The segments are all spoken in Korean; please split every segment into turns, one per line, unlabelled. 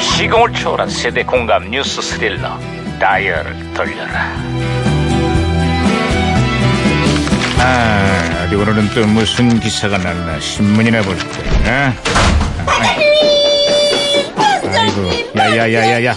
시공을 초월한 세대 공감 뉴스 스릴러 다이얼을 돌려라 아 어디 오늘은 또 무슨 기사가 났나 신문이나 볼까 아? 아이고 야야야야야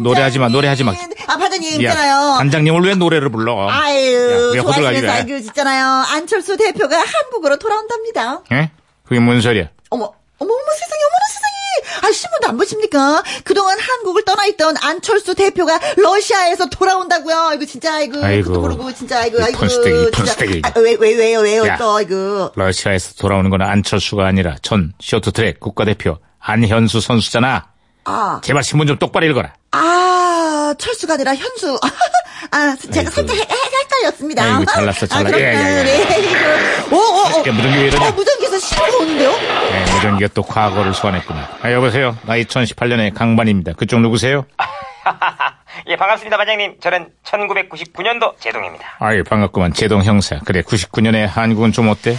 노래하지마 노래하지마
아, 반장님 있잖아요.
단장님을 왜 노래를 불러
아유,
야, 왜 호들갑이래?
좋아하시면서 알고 있잖아요. 안철수 대표가 한국으로 돌아온답니다.
에? 그게 뭔 소리야
어머, 어머, 어머, 세상에, 어머나 세상에. 아, 신문도 안 보십니까? 그동안 한국을 떠나 있던 안철수 대표가 러시아에서 돌아온다고요. 이거 진짜, 이거.
아이고.
그것도 모르고, 진짜, 아이고,
이
아이고.
펀스테기, 이
진짜.
펀스테기.
아, 왜, 왜, 왜요, 왜요,
야.
또, 이거.
러시아에서 돌아오는 건 안철수가 아니라 전 쇼트트랙 국가대표 안현수 선수잖아.
아,
제발 신문 좀 똑바로 읽어라.
아, 철수가 아니라 현수. 아,
아이고.
제가 살짝 해- 해- 헷갈렸습니다.
아이고, 잘났어, 잘났어.
아,
예, 예, 예.
그렇구나. 네. 오, 오, 오.
야, 무전기 왜 이러냐?
어, 무전기에서 신호가 오는데요?
네, 무전기가 또 과거를 소환했구나. 아, 여보세요. 나 2018년의 강반입니다. 그쪽 누구세요?
예, 반갑습니다, 반장님. 저는 1999년도 제동입니다.
아이, 반갑구만. 제동 형사. 그래, 99년에 한국은 좀 어때?
야,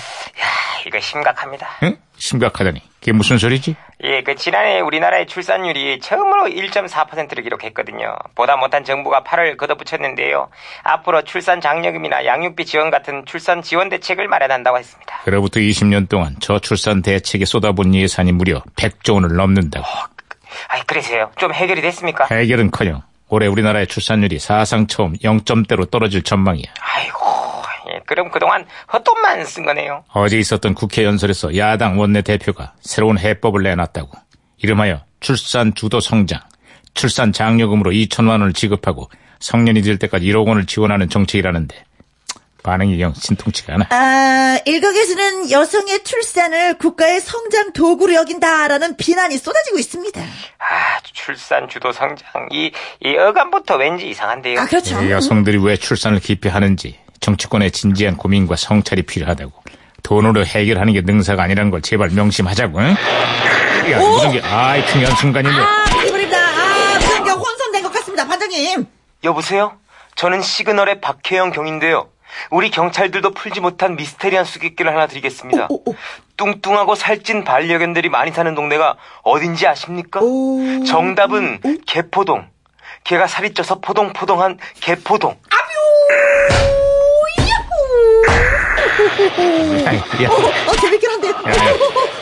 이거 심각합니다.
응? 심각하다니. 그게 무슨 소리지?
예, 그 지난해 우리나라의 출산율이 처음으로 1.4%를 기록했거든요. 보다 못한 정부가 팔을 걷어붙였는데요. 앞으로 출산 장려금이나 양육비 지원 같은 출산 지원 대책을 마련한다고 했습니다.
그로부터 20년 동안 저출산 대책에 쏟아본 예산이 무려 100조 원을 넘는다고.
아이, 그래서요. 좀 해결이 됐습니까?
해결은커녕 올해 우리나라의 출산율이 사상 처음 0점대로 떨어질 전망이야.
아이고, 예, 그럼 그동안 헛돈만 쓴 거네요.
어제 있었던 국회 연설에서 야당 원내대표가 새로운 해법을 내놨다고. 이름하여 출산 주도 성장, 출산 장려금으로 2천만 원을 지급하고 성년이 될 때까지 1억 원을 지원하는 정책이라는데 반응이 영 신통치가 않아.
아, 일각에서는 여성의 출산을 국가의 성장 도구로 여긴다라는 비난이 쏟아지고 있습니다.
아, 출산 주도 성장. 이, 이 어감부터 왠지 이상한데요.
아, 그렇죠.
이 여성들이 왜 출산을 기피하는지 정치권의 진지한 고민과 성찰이 필요하다고. 돈으로 해결하는 게 능사가 아니라는 걸 제발 명심하자고. 응? 야,
오!
무슨 게 아이 중요한 순간인데.
아, 기분입니다. 아, 무전기 혼선된 것 같습니다, 반장님.
여보세요? 저는 시그널의 박혜영 경인데요. 우리 경찰들도 풀지 못한 미스테리한 수수께끼를 하나 드리겠습니다.
오, 오, 오.
뚱뚱하고 살찐 반려견들이 많이 사는 동네가 어딘지 아십니까?
오.
정답은 개포동. 개가 살이 쪄서 포동포동한 개포동.
아이, 야,
어, 어, 재밌긴 한데.
야, 야.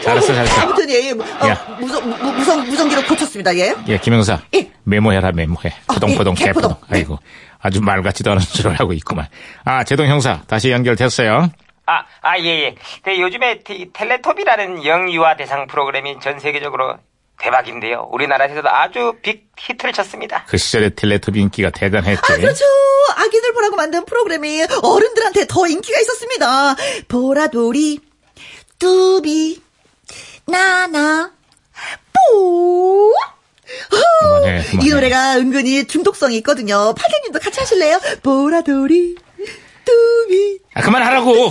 잘했어, 잘했어.
아무튼, 예, 예. 뭐,
야.
어, 무선, 무, 무선, 무전기로 고쳤습니다, 예.
예, 김영사.
예.
메모해라, 메모해.
아,
포동포동,
예,
개포동.
개포동.
아이고. 아주 말 같지도 않은 소리를 하고 있구만. 아, 제동 형사. 다시 연결됐어요.
아, 아, 예, 예. 네, 요즘에 이 텔레토비라는 영유아 대상 프로그램이 전 세계적으로 대박인데요. 우리나라에서도 아주 빅 히트를 쳤습니다.
그 시절의 텔레토비 인기가 대단했지.
아, 그렇죠. 아기들 보라고 만든 프로그램이 어른들한테 더 인기가 있었습니다. 보라돌이, 뚜비, 나나, 뽀.
그만해, 그만해.
이 노래가 은근히 중독성이 있거든요. 팔대님도 같이 하실래요? 보라돌이, 뚜비,
아, 그만하라고!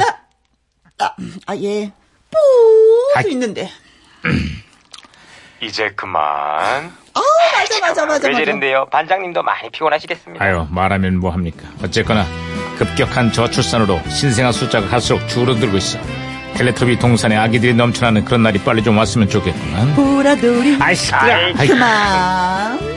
아, 아 예. 뽀도
아이.
있는데.
이제 그만.
아, 맞아, 맞아, 맞아,
글
맞아.
재는데요 반장님도 많이 피곤하시겠습니다.
아유, 말하면 뭐합니까. 어쨌거나, 급격한 저출산으로 신생아 숫자가 갈수록 줄어들고 있어. 텔레토비 동산에 아기들이 넘쳐나는 그런 날이 빨리 좀 왔으면 좋겠구만.
보라돌이,
아이, 시끄러
아이,
아이,
그만.